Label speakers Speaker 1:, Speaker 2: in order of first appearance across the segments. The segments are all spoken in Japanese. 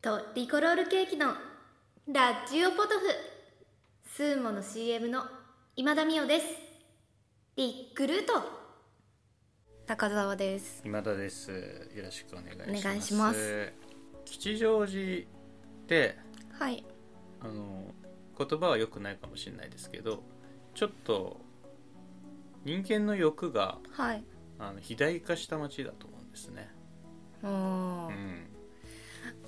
Speaker 1: とリコロールケーキのラジオポトフスーモの CM の今田美桜ですリックルート高澤です
Speaker 2: 今田ですよろしくお願いします
Speaker 1: お願いします
Speaker 2: 吉祥寺って
Speaker 1: はい
Speaker 2: あの言葉は良くないかもしれないですけどちょっと人間の欲が
Speaker 1: はい
Speaker 2: あの肥大化した街だと思うんですね、
Speaker 1: お
Speaker 2: う
Speaker 1: ー
Speaker 2: ん、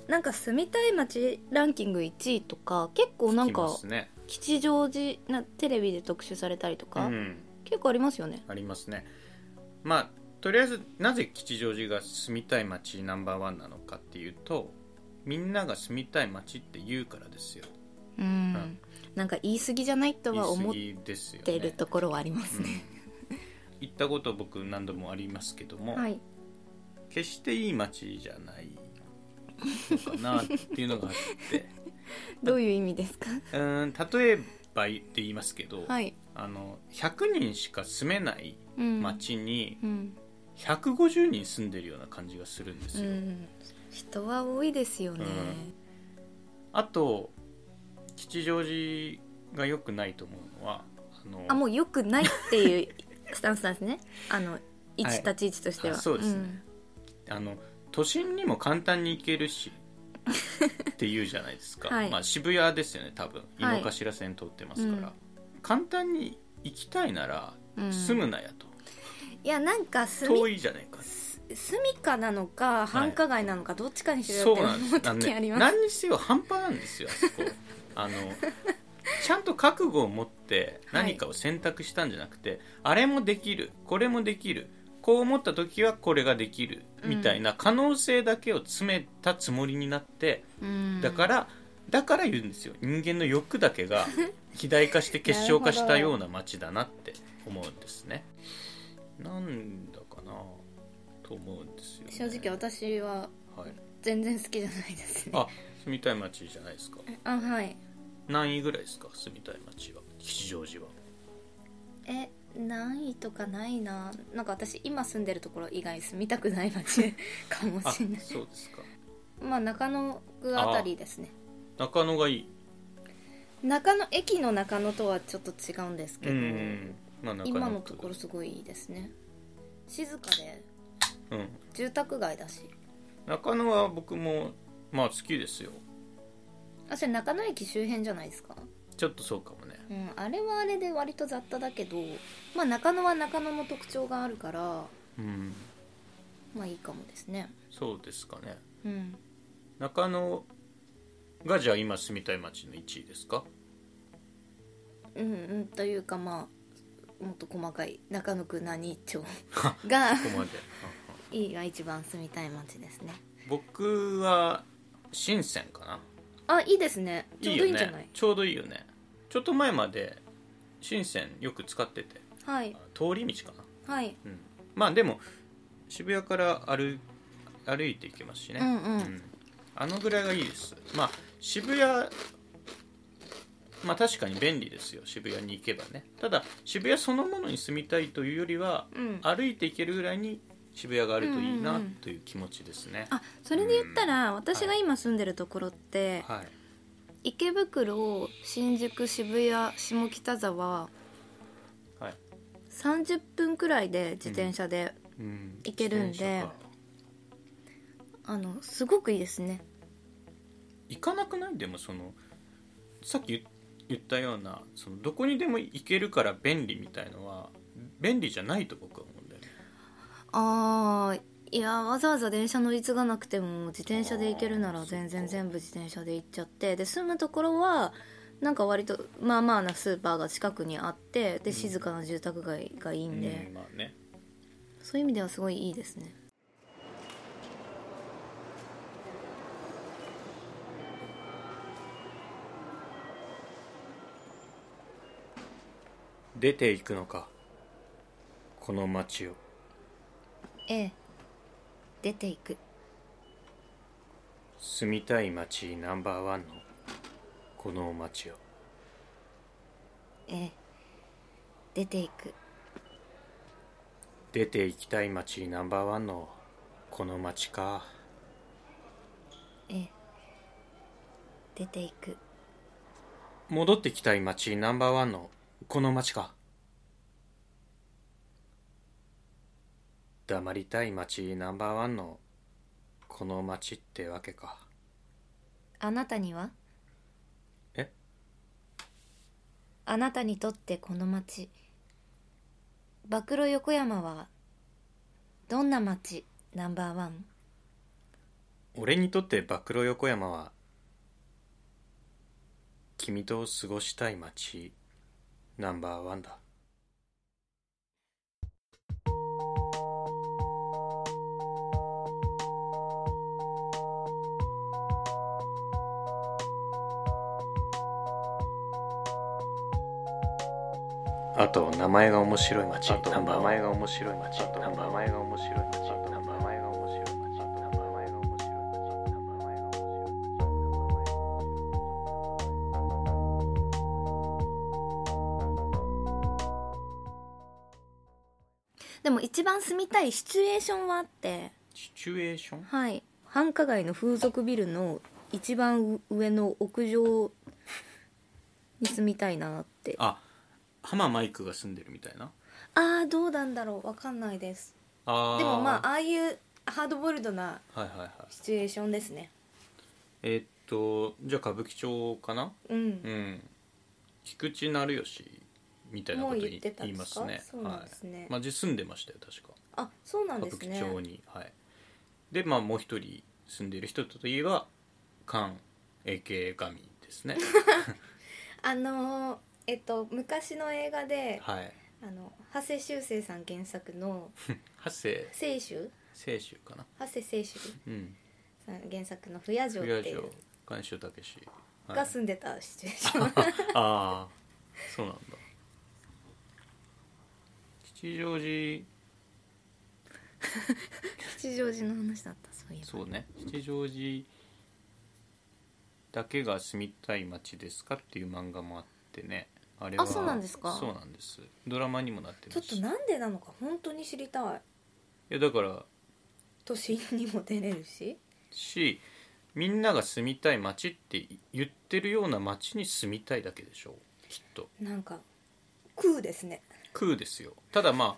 Speaker 1: なんか住みたい街ランキング1位とか結構なん
Speaker 2: 聞き
Speaker 1: か
Speaker 2: ますね、
Speaker 1: 吉祥寺なテレビで特集されたりと
Speaker 2: う
Speaker 1: か、
Speaker 2: ん、
Speaker 1: 結構ありますよね
Speaker 2: ありますねまあとりあえずなぜ吉祥寺が住みたい街ナンバーワンなのかっていうとみんなが住みたい街って言うからですよ
Speaker 1: うん、
Speaker 2: ん
Speaker 1: なんか言い過ぎじゃないとは思っ
Speaker 2: 言い過ぎですよ
Speaker 1: て
Speaker 2: ね
Speaker 1: るところはありますね、
Speaker 2: 行ったこと僕何度もありますけども、
Speaker 1: はい
Speaker 2: 決していい街じゃないのかなっていうのがあって
Speaker 1: どういう意味ですか
Speaker 2: うーん例えばって言いますけど、
Speaker 1: はい、
Speaker 2: あの100人しか住めない
Speaker 1: うん、
Speaker 2: 街に
Speaker 1: うん、
Speaker 2: 150人住んでるような感じがするんです
Speaker 1: う
Speaker 2: よ、
Speaker 1: ん、人は多いですよね、
Speaker 2: あと吉祥寺が良くないと思うのはあの
Speaker 1: あもう良くないっていうスタンスなんですね あの位置
Speaker 2: はい
Speaker 1: 立ち位置としては、
Speaker 2: あそうですね、あの都心にも簡単に行け るしって言うじゃないですか、
Speaker 1: はい
Speaker 2: まあ、渋谷ですよね多分井
Speaker 1: はい
Speaker 2: の頭線通ってますから、
Speaker 1: うん
Speaker 2: 簡単に行きたいなら
Speaker 1: うん
Speaker 2: 住むなやと、
Speaker 1: いやなんか住
Speaker 2: 遠
Speaker 1: み
Speaker 2: いじゃないか、
Speaker 1: 住みかなのか繁華街なのか、どっちかにしろよ
Speaker 2: そ
Speaker 1: っ
Speaker 2: う
Speaker 1: て
Speaker 2: なん
Speaker 1: 思
Speaker 2: で
Speaker 1: う
Speaker 2: すあの
Speaker 1: 時あり
Speaker 2: ね
Speaker 1: ます
Speaker 2: 何にせよ半端なんですよあそ こあのちゃんと覚悟を持って
Speaker 1: はい
Speaker 2: 何かを選択したんじゃなくて、あれもできるこれもできるこう思った時はこれができるみたいな可能性だけを詰めたつもりになって、
Speaker 1: うん
Speaker 2: だから、だから言うんですよ人間の欲だけ が肥大化して結晶化したような街だなって思うんですねなんだかなと思うんですよ、ね、
Speaker 1: 正直私は
Speaker 2: はい、
Speaker 1: 全然好きじゃないですね
Speaker 2: あ住みたい街じゃないですか
Speaker 1: あはい
Speaker 2: 何位ぐらいですか住みたい街は吉祥寺は
Speaker 1: え何位とかないななんか私今住んでるところ以外住みたくない街 かも
Speaker 2: あ
Speaker 1: しれない
Speaker 2: そうですか
Speaker 1: まあ中野区あたりですね
Speaker 2: 中野がいい
Speaker 1: 中野駅の中野とはちょっと違うんですけ
Speaker 2: う
Speaker 1: ど
Speaker 2: ん、まあ、中野区
Speaker 1: 今のところすごいいいですね静かで
Speaker 2: うん
Speaker 1: 住宅街だし
Speaker 2: 中野は僕もまあ好きですよ
Speaker 1: あそれ中野駅周辺じゃないですか
Speaker 2: ちょっとそうかもね
Speaker 1: うんあれはあれで割と雑多だけどまあ中野は中野の特徴があるから
Speaker 2: うん
Speaker 1: まあいいかもですね
Speaker 2: そうですかね
Speaker 1: うん
Speaker 2: 中野がじゃあ今住みたい街の1位ですか
Speaker 1: うんうんというかまあもっと細かい中野区何町が
Speaker 2: ここまで
Speaker 1: いいが一番住みたい街ですね
Speaker 2: 僕は深センかな
Speaker 1: あいいですねちょうどいいんじゃない
Speaker 2: ねちょうどいいよねちょっと前まで深センよく使ってて
Speaker 1: はい
Speaker 2: あ通り道かな
Speaker 1: はい
Speaker 2: うんまあでも渋谷から歩歩いていけますしね、
Speaker 1: うんうん
Speaker 2: あのぐらいがいいですまあ渋谷まあ確かに便利ですよ渋谷に行けばねただ渋谷そのものに住みたいというよりは
Speaker 1: うん
Speaker 2: 歩いていけるぐらいに渋谷があるといい
Speaker 1: うんう
Speaker 2: なん
Speaker 1: うん
Speaker 2: という気持ちですね、
Speaker 1: あそれで言ったら私が今住んでるところって
Speaker 2: はい
Speaker 1: 池袋新宿渋谷下北沢
Speaker 2: はい
Speaker 1: 30分くらいで自転車で、
Speaker 2: うん
Speaker 1: 行けるんで
Speaker 2: 自転車か
Speaker 1: あのすごくいいですね
Speaker 2: 行かなくないでもそのさっき言言ったようなそのどこにでも行けるから便利みたいのは便利じゃないと僕は思うんだよね
Speaker 1: あーいやわざわざ電車乗り継がなくても自転車で行けるな
Speaker 2: あ
Speaker 1: ら
Speaker 2: ー
Speaker 1: 全
Speaker 2: そ
Speaker 1: 然
Speaker 2: っか
Speaker 1: 全部自転車で行っちゃってで住むところはなんか割とまあまあなスーパーが近くにあってで静かな住宅街がいいんで、
Speaker 2: うんまあね
Speaker 1: そういう意味ではすごいいいですね
Speaker 2: 出ていくのかこの街を
Speaker 1: ええ出ていく
Speaker 2: 住みたい街ナンバーワンのこの街を
Speaker 1: ええ出ていく
Speaker 2: 出て行きたい街ナンバーワンのこの街か
Speaker 1: ええ出ていく
Speaker 2: 戻ってきたい街ナンバーワンのこの街か黙りたい街ナンバーワンのこの街ってわけか
Speaker 1: あなたには
Speaker 2: え
Speaker 1: あなたにとってこの町暴露横山はどんな町ナンバーワン
Speaker 2: 俺にとって暴露横山は君と過ごしたい街ナンバーワンだあと名前が面白い街
Speaker 3: あと
Speaker 2: ナンバ
Speaker 3: 名
Speaker 2: ーワン
Speaker 3: 前が面白い街ナンバー前が面白い街ナンバー前が面白い街ナンバー前が面白い街ナンバー前が面白い街
Speaker 1: でも一番住みたいシチュエーションはあって
Speaker 2: シチュエーション
Speaker 1: はい繁華街の風俗ビルの一番上の屋上に住みたいなって
Speaker 2: あ浜マイクが住んでるみたいな
Speaker 1: ああどうなんだろうわかんないです
Speaker 2: あー
Speaker 1: でもまあああいうハードボイルドな
Speaker 2: はいはいはい
Speaker 1: シチュエーションですね
Speaker 2: えーっとじゃあ歌舞伎町かな
Speaker 1: うん
Speaker 2: うん菊池成吉みたいなこと
Speaker 1: もう
Speaker 2: 言
Speaker 1: 言
Speaker 2: い
Speaker 1: ってたん
Speaker 2: 言い
Speaker 1: で
Speaker 2: ますす
Speaker 1: か
Speaker 2: ね
Speaker 1: そうなんですね
Speaker 2: はい、まあ実住んでましたよ確か
Speaker 1: あそうなん
Speaker 2: 歌舞
Speaker 1: ですね
Speaker 2: 伎町にはいでまあもう一人住んでいる人といえば菅 AK 神で すね
Speaker 1: あのーえっと昔の映画で
Speaker 2: はい
Speaker 1: あの長谷修正さん原作の
Speaker 2: 長谷
Speaker 1: 「清酒
Speaker 2: 清州かな」
Speaker 1: 長谷清酒
Speaker 2: うん
Speaker 1: さん原作の「不夜城」っ
Speaker 2: 不
Speaker 1: てい
Speaker 2: 夜城
Speaker 1: う
Speaker 2: 菅修武史はい
Speaker 1: が住んでたシチュエーション、
Speaker 2: ああそうなんだ吉祥寺
Speaker 1: 吉祥寺の話だったそういえば
Speaker 2: そうね吉祥寺だけが住みたい街ですかっていう漫画もあってねあれは
Speaker 1: あそうなんですか
Speaker 2: そうなんですドラマにもなって
Speaker 1: ちょ
Speaker 2: る
Speaker 1: っ
Speaker 2: し
Speaker 1: となんでなのか本当に知りたい
Speaker 2: いやだから
Speaker 1: 都心にも出れるし
Speaker 2: しみんなが住みたい街って言ってるような街に住みたいだけでしょうきっと
Speaker 1: なんか空ですね
Speaker 2: 空ですよただまあ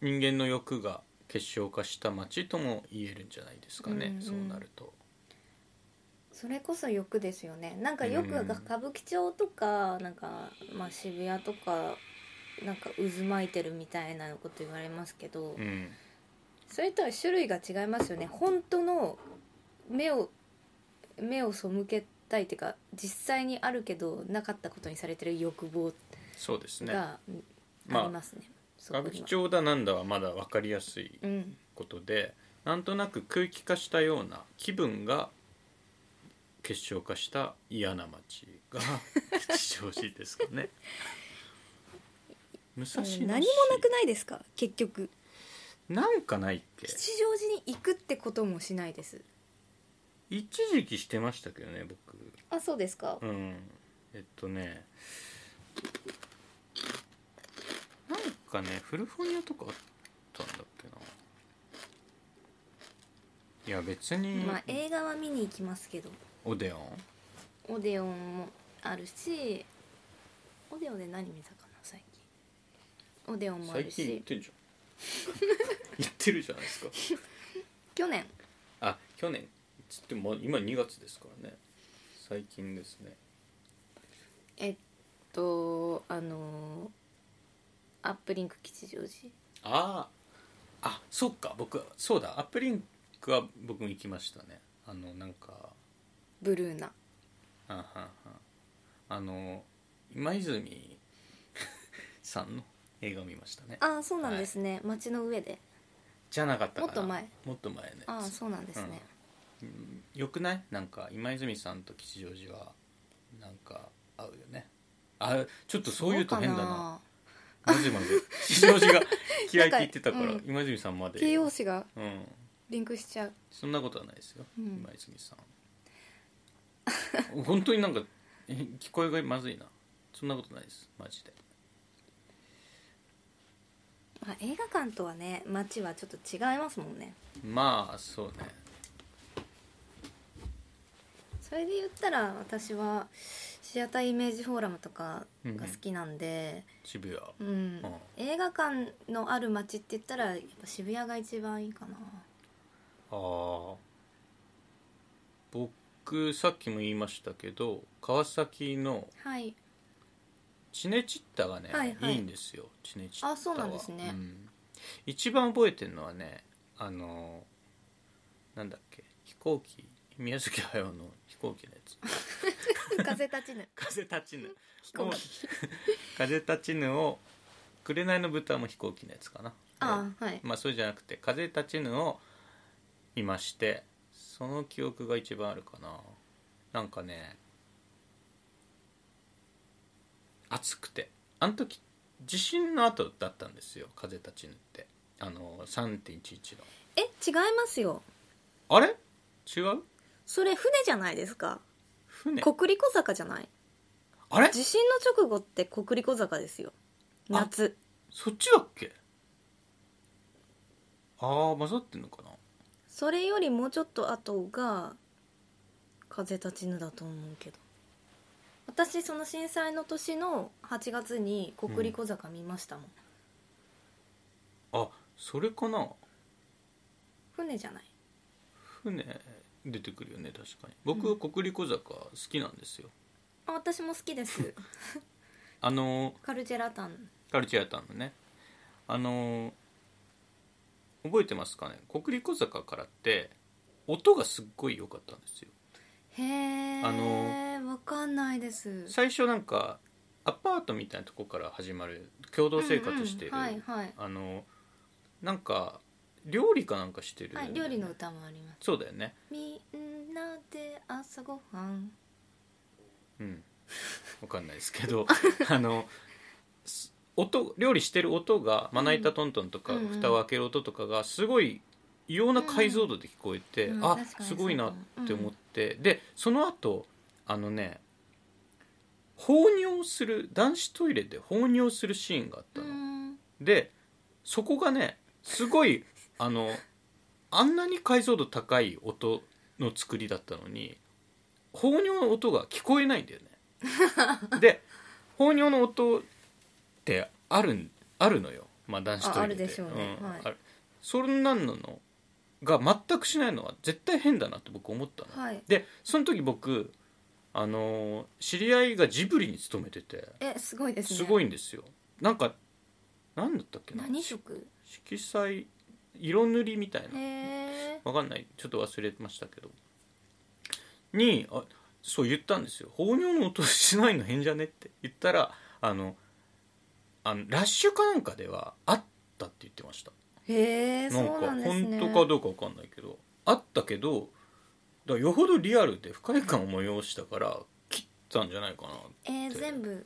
Speaker 2: 人間の欲が結晶化した街とも言えるんじゃないですかね、
Speaker 1: うんうん
Speaker 2: そうなると
Speaker 1: それこそ欲ですよねなんか欲が
Speaker 2: うん
Speaker 1: 歌舞伎町とかなんか、まあ、渋谷とかなんか渦巻いてるみたいなこと言われますけど、
Speaker 2: うん
Speaker 1: それとは種類が違いますよね本当の目を目を背けたいっていうか実際にあるけどなかったことにされてる欲望
Speaker 2: そうですね
Speaker 1: があり
Speaker 2: まあ
Speaker 1: ますね。そこ
Speaker 2: 歌
Speaker 1: には
Speaker 2: 舞伎町だなんだはまだ分かりやすい
Speaker 1: うん
Speaker 2: ことでなんとなく空気化したような気分が結晶化した嫌な街 が吉祥寺ですかね。武蔵野市
Speaker 1: 何もなくないですか結局
Speaker 2: なんかないっけ
Speaker 1: 吉祥寺に行くってこともしないです
Speaker 2: 一時期してましたけどね僕
Speaker 1: あそうですか
Speaker 2: うんえっとねなんかね古本屋とかあったんだっけないや別に
Speaker 1: まあ映画は見に行きますけど
Speaker 2: オデオン
Speaker 1: オデオンもあるしオデオンで何見たかな最近オデオンもあ
Speaker 2: 最
Speaker 1: る
Speaker 2: 近言っ
Speaker 1: して
Speaker 2: んじ ゃん言ってるじゃないですか
Speaker 1: 去年
Speaker 2: あ去年つっても今2月ですからね最近ですね
Speaker 1: えっとあのアップリンク吉祥寺
Speaker 2: あああそっか僕そうだアップリンクは僕も行きましたねあのなんか
Speaker 1: ブルーナ
Speaker 2: あんはんはんあの今 泉さんの映画を見ましたね
Speaker 1: ああそうなんですね、街の上で
Speaker 2: じゃなかったかな
Speaker 1: もっと前
Speaker 2: もっと前ね
Speaker 1: ああそうなんですね、
Speaker 2: うんよくないなんか今泉さんと吉祥寺はなんか合うよねあちょっとそう言うと変だ
Speaker 1: ど
Speaker 2: なマジマジ吉 祥寺が嫌いって言ってたから
Speaker 1: なんかう
Speaker 2: 今泉さんまで
Speaker 1: 形容詞が
Speaker 2: うん
Speaker 1: リンクしちゃう
Speaker 2: そんなことはないですよ、
Speaker 1: うん
Speaker 2: 今泉さん本当になんかえ聞こえがまずいなそんなことないですマジで
Speaker 1: まあ、映画館とはね街はちょっと違いますもんね
Speaker 2: まあそうね
Speaker 1: そそれで言ったら私はシアターイメージフォーラムとかが好きなんで、
Speaker 2: 渋谷
Speaker 1: うん
Speaker 2: うん
Speaker 1: 映画館のある街って言ったらやっぱ渋谷が一番いいかな
Speaker 2: ああ僕さっきも言いましたけど川崎の
Speaker 1: はい
Speaker 2: チネチッタがね、
Speaker 1: はい
Speaker 2: い
Speaker 1: はい
Speaker 2: い、んですよチネチッタは
Speaker 1: あそうなんですね
Speaker 2: ん一番覚えてるのはねあのなんだっけ飛行機宮崎駿の飛行機のや つ
Speaker 1: 風立ちぬ
Speaker 2: 風立ちぬ
Speaker 1: 飛行機
Speaker 2: を風立ちぬを紅の豚も飛行機のやつかな
Speaker 1: ああはい
Speaker 2: まあそれじゃなくて「風立ちぬ」を見ましてその記憶が一番あるかななんかね暑くてあの時地震の後だったんですよ「風立ちぬ」ってあの3.11の
Speaker 1: え違いますよ
Speaker 2: あれ違う
Speaker 1: それ船じゃないですか
Speaker 2: 船
Speaker 1: 国立坂じゃない
Speaker 2: あれ
Speaker 1: 地震の直後って国立坂ですよ
Speaker 2: あ
Speaker 1: 夏
Speaker 2: そっちだっけああ混ざってんのかな
Speaker 1: それよりもうちょっと後が風立ちぬだと思うけど私その震災の年の8月に国立坂見ましたもん、
Speaker 2: あそれかな
Speaker 1: 船じゃない
Speaker 2: 船出てくるよね確かに僕、国立小坂好きなんですよ
Speaker 1: あ私も好きです
Speaker 2: あの
Speaker 1: カルチェラタン
Speaker 2: カルチェアタンのねあの覚えてますかね国立小坂からって音がすっごい良かったんですよ
Speaker 1: へえ
Speaker 2: あ
Speaker 1: わかんないです
Speaker 2: 最初なんかアパートみたいなとこから始まる共同生活してる、
Speaker 1: うんうんはいはい
Speaker 2: あのなんか料理かなんかしてる、
Speaker 1: はい料理の歌もあります
Speaker 2: そうだよね
Speaker 1: みんなで朝ごはん
Speaker 2: うん、わかんないですけど あのす音料理してる音がまな板トントンとか、
Speaker 1: うんうんうん
Speaker 2: 蓋を開ける音とかがすごい異様な解像度で聞こえて、
Speaker 1: うんうん
Speaker 2: あ
Speaker 1: 確かに
Speaker 2: すごいなって思って、でその後あのね放尿する男子トイレで放尿するシーンがあった
Speaker 1: う
Speaker 2: の、
Speaker 1: ん
Speaker 2: でそこがねすごいあのあんなに解像度高い音の作りだったのに放尿の音が聞こえないんだ よねで放尿の音ってあるあるのよまあ男子トイレ
Speaker 1: ああるでしょうね
Speaker 2: ん
Speaker 1: はい
Speaker 2: あるそんなんのが全くしないのは絶対変だなって僕思ったの、
Speaker 1: はい
Speaker 2: でその時僕あの知り合いがジブリに勤めてて
Speaker 1: えすごいですね
Speaker 2: すご
Speaker 1: い
Speaker 2: いんですよなんか何だったっけな
Speaker 1: 何色
Speaker 2: 色彩色塗りみたい
Speaker 1: へ
Speaker 2: な
Speaker 1: え
Speaker 2: わかんないちょっと忘れてましたけどにあそう言ったんですよ「放尿の音しないの変じゃね?」って言ったらあのあのラッシュかなんかではあったって言ってました
Speaker 1: へえ
Speaker 2: な
Speaker 1: そ
Speaker 2: ん
Speaker 1: う
Speaker 2: か
Speaker 1: なんですね
Speaker 2: 本当かどうかわかんないけどあったけどだからよほどリアルで不快感を催したから切ったんじゃないかな
Speaker 1: えー、全部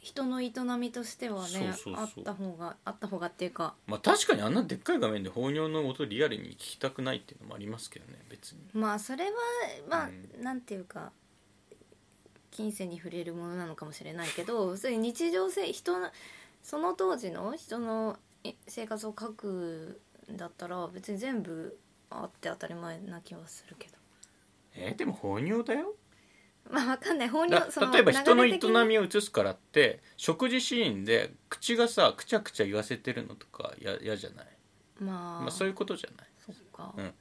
Speaker 1: 人の営みとしてはね
Speaker 2: そうそうそう
Speaker 1: あった方があった方がっていうか
Speaker 2: まあ確かにあんなでっかい画面で放尿の音リアルに聞きたくないっていうのもありますけどね別に
Speaker 1: まあそれはまあ、
Speaker 2: う
Speaker 1: なんていうか金銭に触れるものなのかもしれないけど普通に日常性人のその当時の人のえ生活を書くんだったら別に全部あって当たり前な気はするけど
Speaker 2: えーでも放尿だよ
Speaker 1: まあわかんない本
Speaker 2: だ
Speaker 1: 人その
Speaker 2: 例えば人の
Speaker 1: 流れ
Speaker 2: 営
Speaker 1: 的に
Speaker 2: みを映すからって食事シーンで口がさくちゃくちゃ言わせてるのとかや嫌じゃない
Speaker 1: まあ、
Speaker 2: まあ、そういうことじゃない
Speaker 1: そっか、
Speaker 2: うん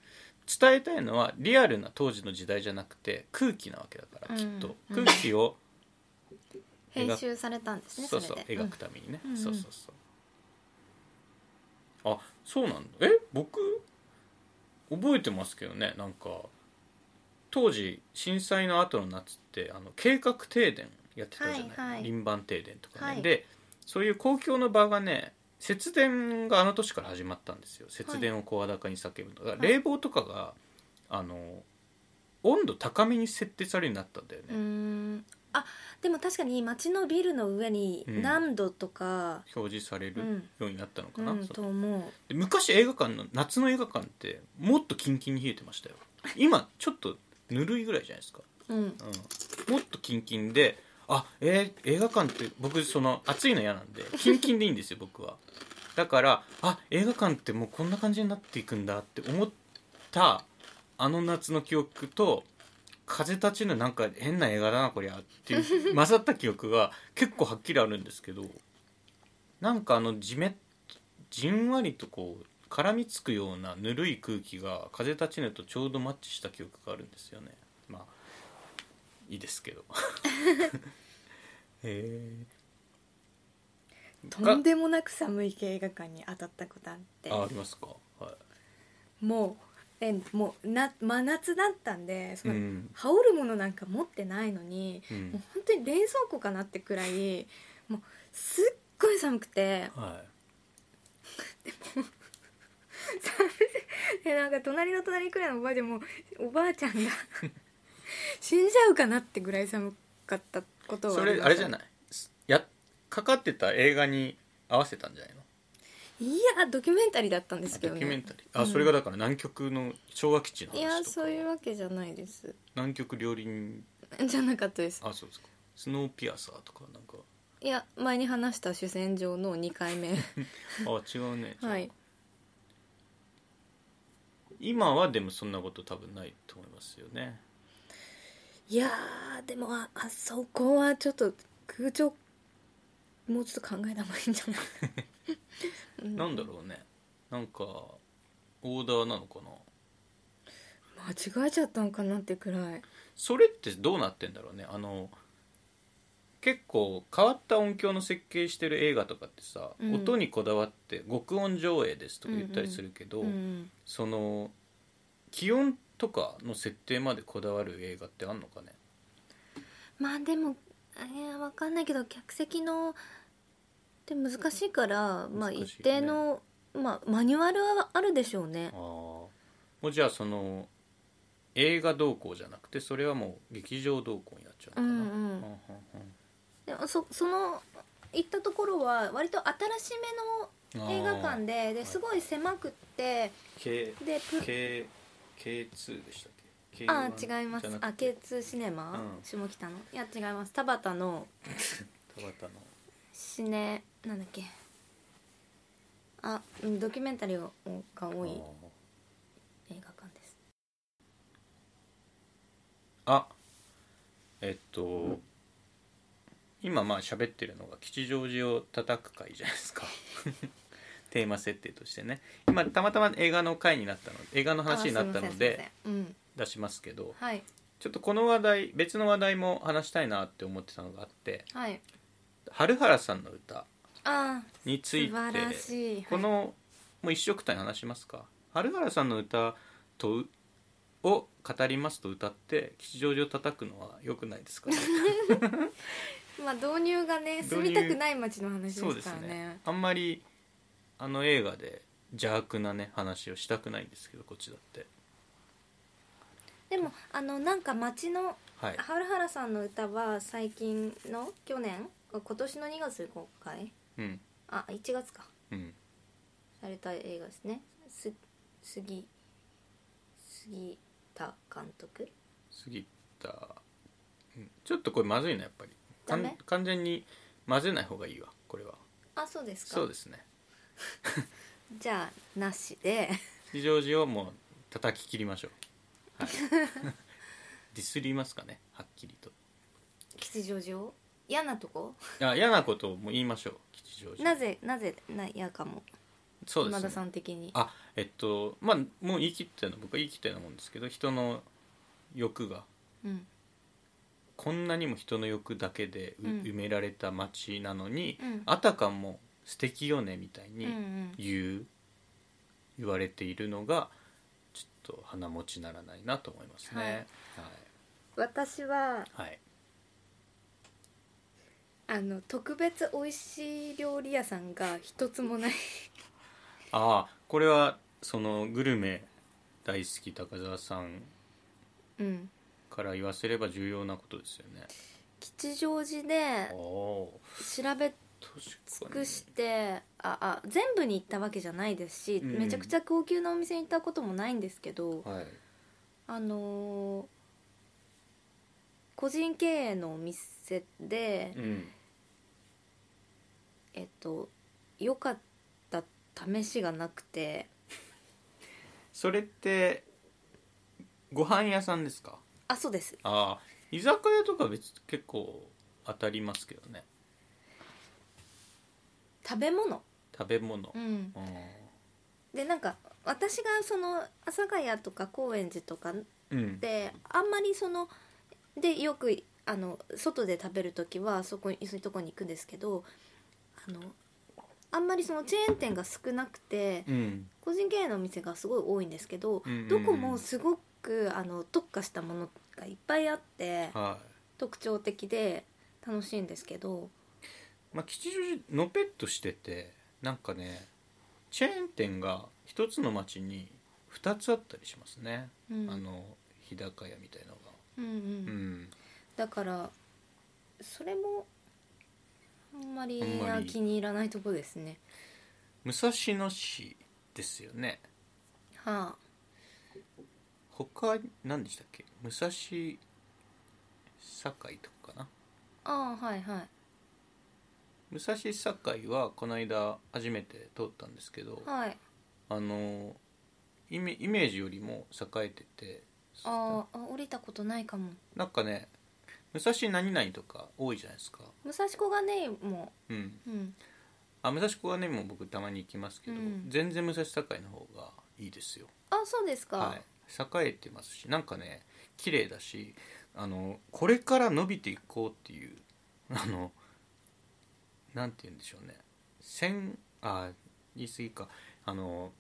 Speaker 2: 伝えたいのはリアルな当時の時代じゃなくて空気なわけだから、
Speaker 1: うん
Speaker 2: きっと
Speaker 1: うん
Speaker 2: 空気を、
Speaker 1: 編集されたんですね
Speaker 2: そうそう
Speaker 1: れで
Speaker 2: 描くためにね、
Speaker 1: うんうん
Speaker 2: そうそうそうあそうなんだえ僕覚えてますけどねなんか当時震災の後の夏ってあの計画停電やってたじゃない、
Speaker 1: はいはい
Speaker 2: 輪番停電とかね、
Speaker 1: はい
Speaker 2: でそういう公共の場がね節電があの年から始まったんですよ節電を声高に叫ぶとか、
Speaker 1: い
Speaker 2: 冷房とかがあの温度高めに設定されるようになったんだよね、
Speaker 1: うーんあでも確かに街のビルの上に
Speaker 2: うん
Speaker 1: 何度とか、
Speaker 2: 表示され
Speaker 1: う
Speaker 2: る
Speaker 1: ん
Speaker 2: ようになったのか
Speaker 1: う
Speaker 2: な、
Speaker 1: ん、
Speaker 2: その
Speaker 1: と思う
Speaker 2: で昔映画館の夏の映画館ってもっとキンキンに冷えてましたよ今ちょっとぬるいぐらいじゃないですか、
Speaker 1: うん
Speaker 2: うん、もっとキンキンであえー映画館って僕その暑いの嫌なんでキンキンでいいんですよ僕はだからあ映画館ってもうこんな感じになっていくんだって思ったあの夏の記憶と風立ちぬなんか変な映画だなこりゃっていう混ざった記憶が結構はっきりあるんですけどなんかあのじめじんわりとこう絡みつくようなぬるい空気が風立ちぬとちょうどマッチした記憶があるんですよねまあいいです けどへえ
Speaker 1: とんでもなく寒い映画館に当たったことあって
Speaker 2: あありますかはい
Speaker 1: もうえもうな真夏だったんでその、
Speaker 2: うん
Speaker 1: 羽織るものなんか持ってないのに
Speaker 2: う
Speaker 1: もうん本当に冷蔵庫かなってくらいもうすっごい寒くて
Speaker 2: は
Speaker 1: でなんか隣の隣くらいのおばあちゃんもおばあちゃん が死んじゃうかなってぐらい寒かったこ
Speaker 2: い
Speaker 1: とは
Speaker 2: それあれじゃ
Speaker 1: ない
Speaker 2: ないやかかってた映画に合わせたんじゃないの
Speaker 1: いやドキュメンタリーだったんですけど
Speaker 2: ドキュメン
Speaker 1: ね
Speaker 2: タリーあ、
Speaker 1: うん
Speaker 2: それがだから南極の昭和基地の
Speaker 1: い
Speaker 2: 話とか
Speaker 1: やそういうわけじゃないです
Speaker 2: 南極料理人
Speaker 1: じゃなかったです
Speaker 2: あそうですかスノーピアサーとかなんか
Speaker 1: いや前に話した主戦場の2回 目
Speaker 2: あ違うね
Speaker 1: はい
Speaker 2: 今はでもそんなこと多分ないと思いますよね
Speaker 1: いやーでもああそこはちょっと空調もうちょっと考えた方がいいんじゃない、う
Speaker 2: なんだろうねなんかオーダーなのかな
Speaker 1: 間違えちゃったのかなってくらい
Speaker 2: それってどうなってんだろうねあの結構変わった音響の設計してる映画とかってさ、
Speaker 1: うん
Speaker 2: 音にこだわって極音上映ですとか言ったりするけど、
Speaker 1: うん
Speaker 2: その気温とかの設定までこだわる映画ってあんのかね
Speaker 1: まあでもえー、わかんないけど客席のって難しいから、まあ
Speaker 2: 難しいね
Speaker 1: 一定の、まあマニュアルはあるでしょうね
Speaker 2: ああもうじゃあその映画動向じゃなくてそれはもう劇場動向になっちゃうのか
Speaker 1: う
Speaker 2: な、
Speaker 1: んうん
Speaker 2: はんはんはん
Speaker 1: でもそその行ったところは割と新しめの映画館で
Speaker 2: はい
Speaker 1: ですごい狭くって
Speaker 2: K
Speaker 1: でプ
Speaker 2: K K2 でしたっけ K1
Speaker 1: あ違います
Speaker 2: じゃな
Speaker 1: あ
Speaker 2: くて
Speaker 1: K2 シネマ、
Speaker 2: うん
Speaker 1: 下北のいや違います田端の
Speaker 2: 田畑の
Speaker 1: シネなんだっけあうんドキュメンタリーをが多い映画館です
Speaker 2: あーあえっと今まあ喋ってるのが吉祥寺を叩く会じゃないですか テーマ設定としてね今たまたま映画の回になったの映画の話になった
Speaker 1: あすいません
Speaker 2: の
Speaker 1: すいま
Speaker 2: で
Speaker 1: せんうん
Speaker 2: 出しますけど
Speaker 1: はい
Speaker 2: ちょっとこの話題別の話題も話したいなって思ってたのがあって
Speaker 1: はい
Speaker 2: 春原さんの歌
Speaker 1: あ
Speaker 2: につ
Speaker 1: 素
Speaker 2: いて
Speaker 1: 晴らしい
Speaker 2: この、もう一色単に話しますか春原さんの歌とうを語りますと歌って吉祥寺を叩くのは良くないです か、ね、
Speaker 1: はいまあ導入がね
Speaker 2: 導
Speaker 1: 住
Speaker 2: 入
Speaker 1: みたくない街の話です
Speaker 2: そうで
Speaker 1: か
Speaker 2: す
Speaker 1: らね
Speaker 2: ねあんまりあの映画で邪悪なね話をしたくないんですけどこっちだって
Speaker 1: でもあのなんか街の
Speaker 2: はい
Speaker 1: ハルハラさんの歌は最近の去年あ今年の2月公開
Speaker 2: うん
Speaker 1: あ1月か
Speaker 2: うん
Speaker 1: された映画ですねす杉杉田監督
Speaker 2: 杉田、うん、ちょっとこれまずいなやっぱりかん
Speaker 1: ダメ
Speaker 2: 完全に混ぜない方がいいわこれは
Speaker 1: あそうですか
Speaker 2: そうですね
Speaker 1: じゃあなしで
Speaker 2: 吉祥寺をもう叩き切りましょう、はい、 ディスりますかねはっきりと
Speaker 1: 吉祥寺を嫌なとこ
Speaker 2: いや嫌なことをもう言いましょう吉祥寺
Speaker 1: なぜなぜな嫌かも、
Speaker 2: そうで
Speaker 1: 今
Speaker 2: す
Speaker 1: 田
Speaker 2: ね
Speaker 1: さん的に
Speaker 2: あえっとまあもう言い切ったような僕は言い切ったようなもんですけど人の欲が
Speaker 1: うん
Speaker 2: こんなにも人の欲だけで
Speaker 1: う
Speaker 2: う、
Speaker 1: ん
Speaker 2: 埋められた街なのに、
Speaker 1: うん
Speaker 2: あたかも素敵よねみたい
Speaker 1: うん
Speaker 2: に
Speaker 1: うん
Speaker 2: 言う、言われているのがちょっと鼻持ちならないなと思いますね
Speaker 1: 私は
Speaker 2: はい、はい
Speaker 1: あの特別美味しい料理屋さんが一つもない
Speaker 2: ああこれはそのグルメ大好き高澤さん
Speaker 1: うん
Speaker 2: から言わせれば重要なことですよね。
Speaker 1: 吉祥寺で
Speaker 2: おお
Speaker 1: 調べ尽
Speaker 2: 確か
Speaker 1: く
Speaker 2: に
Speaker 1: してああ全部に行ったわけじゃないですし、
Speaker 2: うん
Speaker 1: めちゃくちゃ高級なお店に行ったこともないんですけど、
Speaker 2: はい
Speaker 1: あのー個人経営のお店で、
Speaker 2: うん
Speaker 1: えっと良かった試しがなくて
Speaker 2: それってご飯屋さんですか
Speaker 1: あそうです
Speaker 2: ああ居酒屋とか別結構当たりますけどね
Speaker 1: 食べ物
Speaker 2: 食べ物
Speaker 1: う、ん
Speaker 2: うん
Speaker 1: でなんか私がその阿佐ヶ谷とか高円寺とか
Speaker 2: うん
Speaker 1: であんまりそのでよくあの外で食べる時はそこにそういうとこに行くんですけどあのあんまりそのチェーン店が少なくて
Speaker 2: うん
Speaker 1: 個人経営のお店がすごい多いんですけど、
Speaker 2: うんうんうん
Speaker 1: どこもすごくあの特化したものがいっぱいあって
Speaker 2: はい
Speaker 1: 特徴的で楽しいんですけど
Speaker 2: まあ、吉祥寺のぺっとしててなんかねチェーン店が一つの町に2つあったりしますね、
Speaker 1: うん
Speaker 2: あの日高屋みたいのが
Speaker 1: うんうん
Speaker 2: うん
Speaker 1: だからそれもあんまり
Speaker 2: あんまり
Speaker 1: 気に入らないとこですね。
Speaker 2: 武蔵野市ですよね
Speaker 1: はあ
Speaker 2: 他何でしたっけ武蔵境とかかな
Speaker 1: ああはいはい
Speaker 2: 武蔵境はこの間初めて通ったんですけど
Speaker 1: はい
Speaker 2: あのイメイメージよりも栄えてて
Speaker 1: あーあ降りたことないかも
Speaker 2: なんかね武蔵何々とか多いじゃないですか
Speaker 1: 武蔵小金井も
Speaker 2: うん
Speaker 1: うん
Speaker 2: あ武蔵小金井も僕たまに行きますけど、
Speaker 1: うん
Speaker 2: 全然武蔵境の方がいいですよ、
Speaker 1: あそうですか、
Speaker 2: はい、栄えてますしなんかね綺麗だしあのこれから伸びていこうっていう あのなんて言うんでしょうね線あ言い過ぎかあの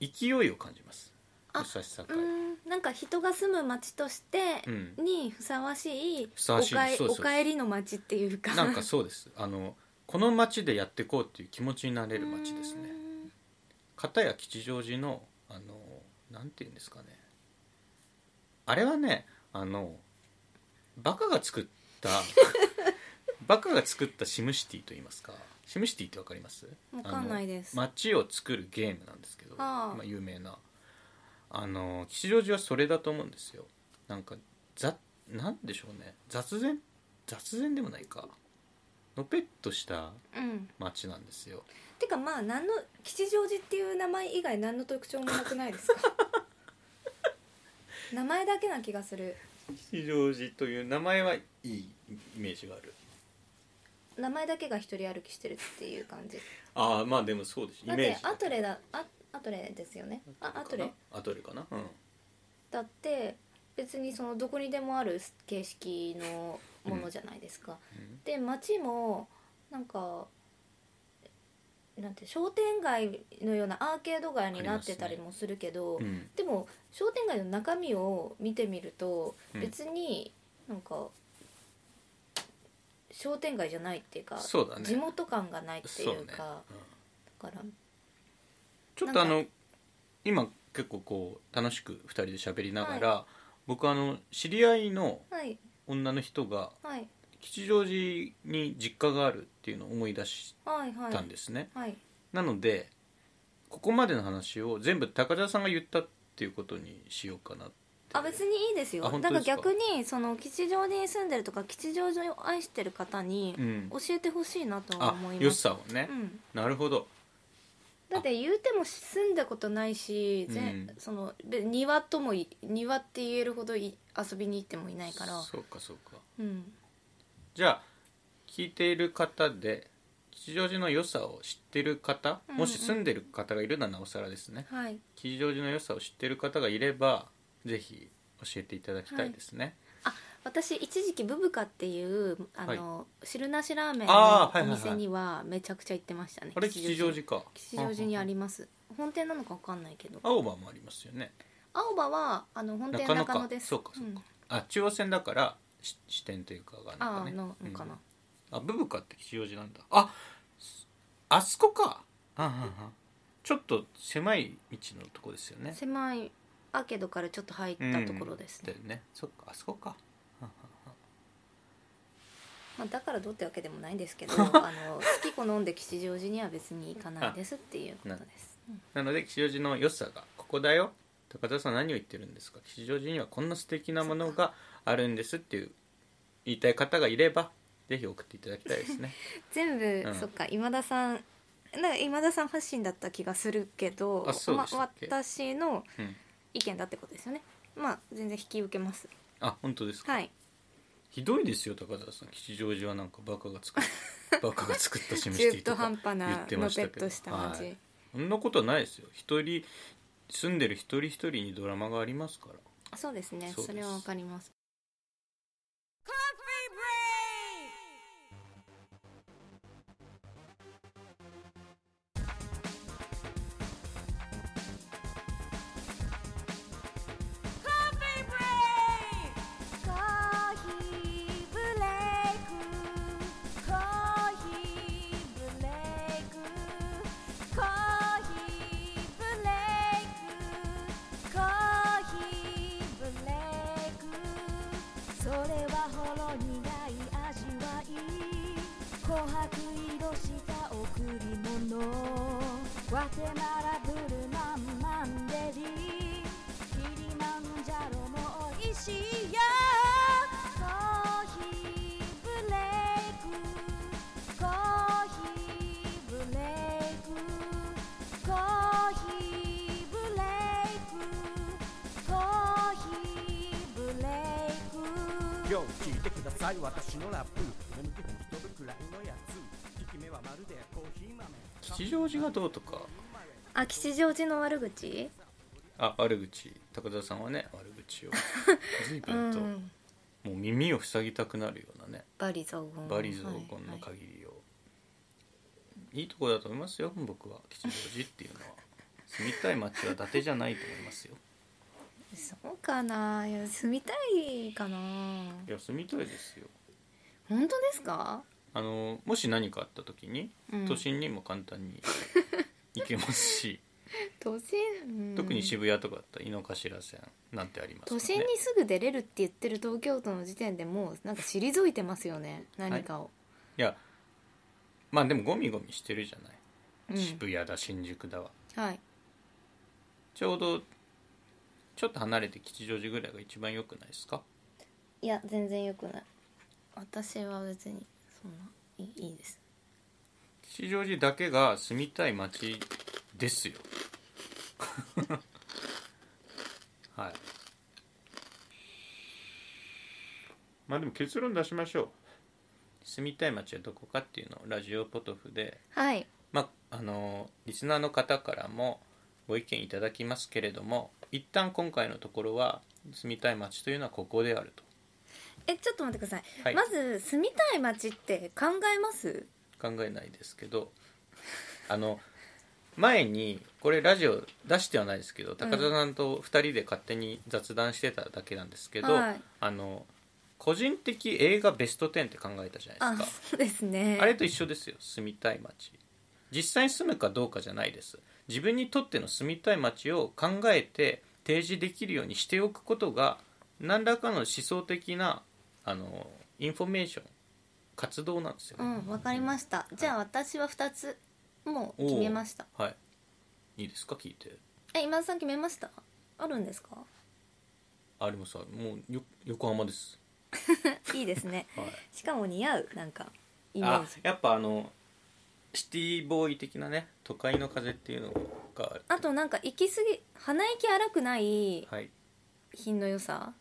Speaker 2: 勢いを感じます
Speaker 1: あ
Speaker 2: 武蔵境
Speaker 1: うーんなんか人が住む町として
Speaker 2: うん
Speaker 1: にふさわしい
Speaker 2: ふさわしい
Speaker 1: おかえ
Speaker 2: そうそう
Speaker 1: おかえりの町っていうか
Speaker 2: なんかそうですあのこの町でやっていこうっていう気持ちになれる町ですね
Speaker 1: うーん
Speaker 2: 片や吉祥寺のあのなんて言うんですかねあれはねあのバカが作った バカが作ったシムシティと言いますかシムシティってわかります
Speaker 1: わかんないです
Speaker 2: あの街を作るゲームなんですけど、
Speaker 1: ああ
Speaker 2: まあ、有名なあの吉祥寺はそれだと思うんですよなんかざなんでしょうね雑然雑然でもないかのぺっとした
Speaker 1: うん
Speaker 2: 街なんですよ
Speaker 1: てかまあ何の吉祥寺っていう名前以外何の特徴もなくないですか 名前だけな気がする
Speaker 2: 吉祥寺という名前はいいイメージがある
Speaker 1: 名前だけが一人歩きしてるっていう感じ
Speaker 2: ああまあでもそうですイ
Speaker 1: だっ
Speaker 2: メ
Speaker 1: て
Speaker 2: ージ
Speaker 1: アトレだあアトレですよねあアトレ
Speaker 2: アトレかなうん
Speaker 1: だって別にそのどこにでもある形式のものじゃないですか、
Speaker 2: うん
Speaker 1: で街もなんかなんて商店街のようなアーケード街になってたりもするけど、
Speaker 2: うん
Speaker 1: でも商店街の中身を見てみると
Speaker 2: うん
Speaker 1: 別になんか商店街じゃないっていうか
Speaker 2: そうだね
Speaker 1: 地元感がないってい
Speaker 2: そう
Speaker 1: うか
Speaker 2: ねうん
Speaker 1: だから
Speaker 2: ちょっとあの今結構こう楽しく2人で喋りながら僕あの知り合いの
Speaker 1: はい
Speaker 2: 女の人が
Speaker 1: はい
Speaker 2: 吉祥寺に実家があるっていうのを思い出し
Speaker 1: はいはい
Speaker 2: たんですね
Speaker 1: はい
Speaker 2: なのでここまでの話を全部高田さんが言ったっていうことにしようかなって
Speaker 1: あ別にいいです
Speaker 2: あ
Speaker 1: よ
Speaker 2: 本
Speaker 1: だ
Speaker 2: 当
Speaker 1: か
Speaker 2: で
Speaker 1: ら
Speaker 2: すか
Speaker 1: 逆にその吉祥寺に住んでるとか吉祥寺を愛してる方に
Speaker 2: うん
Speaker 1: 教えてほしいなとは
Speaker 2: あ
Speaker 1: 思いま
Speaker 2: 良
Speaker 1: す、
Speaker 2: さをね
Speaker 1: うん、
Speaker 2: なるほど
Speaker 1: だって言うても住んだことないし、ぜ
Speaker 2: うん
Speaker 1: そのべ庭ともい庭って言えるほどい遊びに行ってもいないから
Speaker 2: そうかそうか
Speaker 1: うん
Speaker 2: じゃあ聞いている方で吉祥寺の良さを知ってる方
Speaker 1: うんうん
Speaker 2: もし住んでる方がいるならなおさらですね、
Speaker 1: はい
Speaker 2: 吉祥寺の良さを知ってる方がいればぜひ教えていただきたいですね、
Speaker 1: 私一時期ブブカっていうあの、汁なしラーメン
Speaker 2: あーはいはい
Speaker 1: のお
Speaker 2: はい
Speaker 1: 店にはめちゃくちゃ行ってましたね
Speaker 2: あれ吉祥寺か
Speaker 1: 吉祥寺にあ
Speaker 2: り
Speaker 1: ります本店なのかわかんないけど
Speaker 2: 青葉もありますよね
Speaker 1: 青葉はあの本店
Speaker 2: 中野か
Speaker 1: 中野です
Speaker 2: そうかそうか
Speaker 1: ん
Speaker 2: あ中央線だからし支店というかがな
Speaker 1: あ
Speaker 2: んか
Speaker 1: あ
Speaker 2: ね
Speaker 1: ののか
Speaker 2: う、
Speaker 1: なん
Speaker 2: あブブカって吉祥寺なんだああそこかあんはんはんちょっと狭い道のとこですよね
Speaker 1: 狭いアーケードからちょっと入ったところです
Speaker 2: だ
Speaker 1: ね、
Speaker 2: よねそっかあそこかはんはんはん
Speaker 1: まあ、だからどうってわけでもないんですけどあの好き好んで吉祥寺には別に行かないですっていうことです、うん
Speaker 2: なので吉祥寺の良さがここだよ高田さん何を言ってるんですか吉祥寺にはこんな素敵なものがあるんですっていう言いたい方がいればぜひ送っていただきたいですね
Speaker 1: 全部、
Speaker 2: うん
Speaker 1: そっか今田さんなんか今田さん発信だった気がするけど
Speaker 2: あそうでしたっけ
Speaker 1: ま、私の
Speaker 2: うん
Speaker 1: 意見だってことですよね、まあ全然引き受けます
Speaker 2: あ本当ですか、
Speaker 1: はい
Speaker 2: ひどいですよ高田さん吉祥寺はなんかバカが作っバカが作った示し
Speaker 1: 中
Speaker 2: てと
Speaker 1: 途
Speaker 2: か
Speaker 1: 半端
Speaker 2: 言
Speaker 1: な
Speaker 2: ってま
Speaker 1: の
Speaker 2: し
Speaker 1: ぺ
Speaker 2: た
Speaker 1: っ
Speaker 2: けど
Speaker 1: とした感じ、
Speaker 2: はいそんなことはないですよ一人住んでる一人一人にドラマがありますから
Speaker 1: そうですね
Speaker 2: そ
Speaker 1: そう
Speaker 2: です
Speaker 1: れはわかります
Speaker 4: コーヒーブレイクコーヒーブレイクコーヒーブレイクコーヒーブレイクそれはほろ苦い味わい琥珀色した贈り物ワテマラブルマンマンデリーキリマンジャロも美味しいよコーヒーブレイクコーヒーブレイクコーヒーブレイクコーヒーブレイク
Speaker 5: よう聞いてください私のラップ眠気吹き飛ぶくらいのやつ効き目はまるでコーヒー豆
Speaker 2: 吉祥寺がどうとか
Speaker 1: あ吉祥寺の悪口
Speaker 2: あ悪口高田さんはね悪 口を随
Speaker 1: う
Speaker 2: 分と、
Speaker 1: ん
Speaker 2: もう耳を塞ぎたくなるようなね
Speaker 1: バリ雑言
Speaker 2: バリ雑
Speaker 1: は
Speaker 2: 言の
Speaker 1: いはい
Speaker 2: 限りを、いいとこだと思いますよ僕は吉祥寺っていうのは住みたい街は伊達じゃないと思いますよ
Speaker 1: そうかないや住みたいかない
Speaker 2: や住みたいですよ
Speaker 1: 本当ですか、
Speaker 2: あのもし何かあった時に
Speaker 1: うん、
Speaker 2: 都心にも簡 単に行けますし、
Speaker 1: 都心、うん
Speaker 2: 特に渋谷とかだったら井の頭線なんてあります
Speaker 1: 都心にすぐ出れるって言ってる東京都の時点でもうなんか退いてますよね何かを、
Speaker 2: いやまあでもゴミゴミしてるじゃない、
Speaker 1: うん
Speaker 2: 渋谷だ新宿だは
Speaker 1: はい
Speaker 2: ちょうどちょっと離れて吉祥寺ぐらいが一番良くないですか
Speaker 1: いや全然よくない私は別にそんないいいいです
Speaker 2: 吉祥寺だけが住みたい街ですよ はいまあでも結論出しましょう住みたい街はどこかっていうのをラジオポトフで
Speaker 1: はい
Speaker 2: まああのリスナーの方からもご意見いただきますけれども一旦今回のところは住みたい街というのはここであると
Speaker 1: えちょっと待ってください、
Speaker 2: はい
Speaker 1: まず住みたい街って考えます
Speaker 2: 考えないですけどあの前にこれラジオ出してはないですけど高田さんと2人で勝手に雑談してただけなんですけど、
Speaker 1: はい
Speaker 2: あの個人的映画ベスト10って考えたじゃない
Speaker 1: あ
Speaker 2: ですか
Speaker 1: そうですね
Speaker 2: あれと一緒ですよ住みたい街実際に住むかどうかじゃないです自分にとっての住みたい街を考えて提示できるようにしておくことが何らかの思想的なあのインフォメーション活動なんですよ
Speaker 1: う
Speaker 2: ね、
Speaker 1: んわかりましたじゃあ私は2つもう
Speaker 2: おー
Speaker 1: 決めました
Speaker 2: はいいいですか聞いて
Speaker 1: え今田さん決めましたあるんですか
Speaker 2: ありますあもうよ横浜です
Speaker 1: いいですね
Speaker 2: はい
Speaker 1: しかも似合うなんかイメー
Speaker 2: あ
Speaker 1: ジ
Speaker 2: やっぱあのシティボーイ的なね都会の風っていうのがある
Speaker 1: あとなんか行き過ぎ鼻息荒くない
Speaker 2: はい
Speaker 1: 品の良さ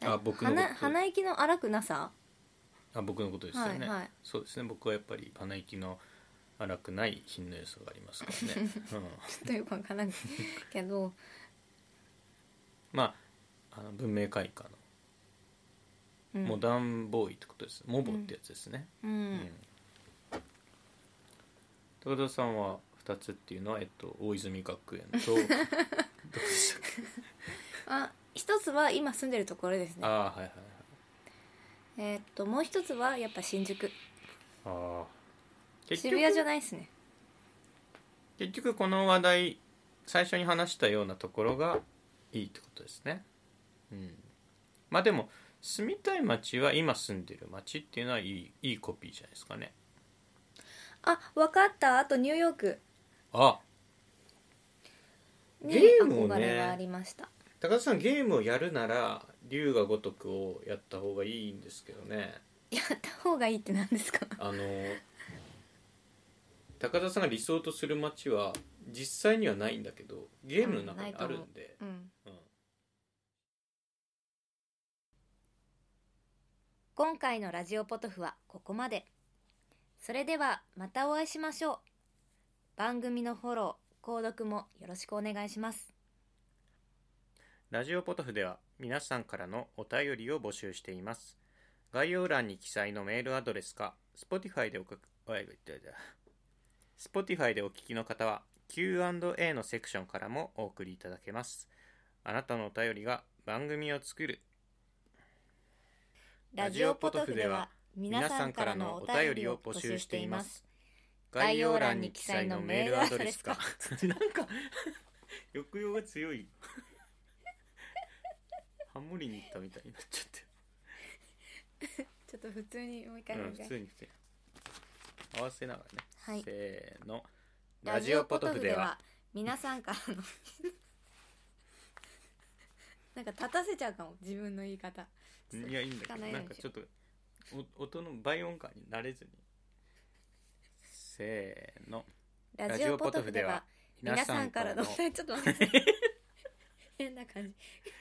Speaker 2: あ
Speaker 1: え
Speaker 2: 僕のこと
Speaker 1: 鼻鼻息の荒くなさ
Speaker 2: あ僕のことですよね、
Speaker 1: はいはい
Speaker 2: そうですね僕はやっぱり鼻息の荒くない品の良さがありますから ね、うん、
Speaker 1: ちょっとよくわからない けど
Speaker 2: まああの文明開化
Speaker 1: う
Speaker 2: のモ
Speaker 1: ん、
Speaker 2: ダンボーイってことです、モボってやつですね、
Speaker 1: う
Speaker 2: うん
Speaker 1: ん、
Speaker 2: 高田さんは2つっていうのは、えっと、大泉学園とどうで したっけ
Speaker 1: あ一つは今住んでるところですね
Speaker 2: ああはいはいはい
Speaker 1: えーっともう一つはやっぱ新宿
Speaker 2: ああ結
Speaker 1: 渋谷じゃ
Speaker 2: 局
Speaker 1: ないですね
Speaker 2: 結局この話題最初に話したようなところがいいってことですねうんまあでも住みたい街は今住んでる街っていうのはいいいいコピーじゃないですかね
Speaker 1: あわかったあとニューヨーク
Speaker 2: あ
Speaker 1: に
Speaker 2: ゲームをね
Speaker 1: 憧れがありました、
Speaker 2: 高田さんゲームをやるなら龍が如くをやった方がいいんですけどね
Speaker 1: やった方がいいって何ですか
Speaker 2: あの高田さんが理想とする街は実際にはないんだけどゲームの中にあるんで、
Speaker 1: うん
Speaker 2: うん
Speaker 1: 今回のラジオポトフはここまで。それではまたお会いしましょう。番組のフォロー、購読もよろしくお願いします。
Speaker 2: ラジオポトフでは皆さんからのお便りを募集しています。概要欄に記載のメールアドレスか、Spotify でおか、おい、痛い痛い Spotify でお聞きの方は Q&A のセクションからもお送りいただけます。あなたのお便りが番組を作る
Speaker 1: ラジオポトフでは皆さんからのお便りを募集しています。。概要欄に記載のメールアドレスか。
Speaker 2: なんか、抑揚が強 い。ハモリに行ったみたいになっちゃって。
Speaker 1: ちょっと普通にもう一
Speaker 2: う、
Speaker 1: もうん一
Speaker 2: 普通に普通に。合わせながらね。
Speaker 1: はい
Speaker 2: せーの。ラジオポトフでは。
Speaker 1: 皆さんからの なんか立たせちゃうかも自分の言い方
Speaker 2: いや、いいんだ
Speaker 1: 聞か
Speaker 2: け
Speaker 1: な
Speaker 2: ど、
Speaker 1: い
Speaker 2: なんかちょっと、お音の倍音感に慣れずに。せーの。
Speaker 1: ラジオポトフでは皆さんからの ちょっと待って変な感じ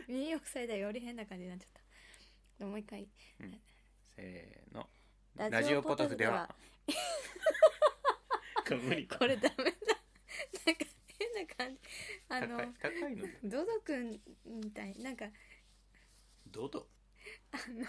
Speaker 1: 耳を塞いだらより変な感じになっちゃったもう一回
Speaker 2: せーの。
Speaker 1: ラジオポトフでは。
Speaker 2: か無理か
Speaker 1: これダメだなんか変な感じあの
Speaker 2: 高い高いの
Speaker 1: ドドくんみたいなんか
Speaker 2: どうぞ
Speaker 1: あの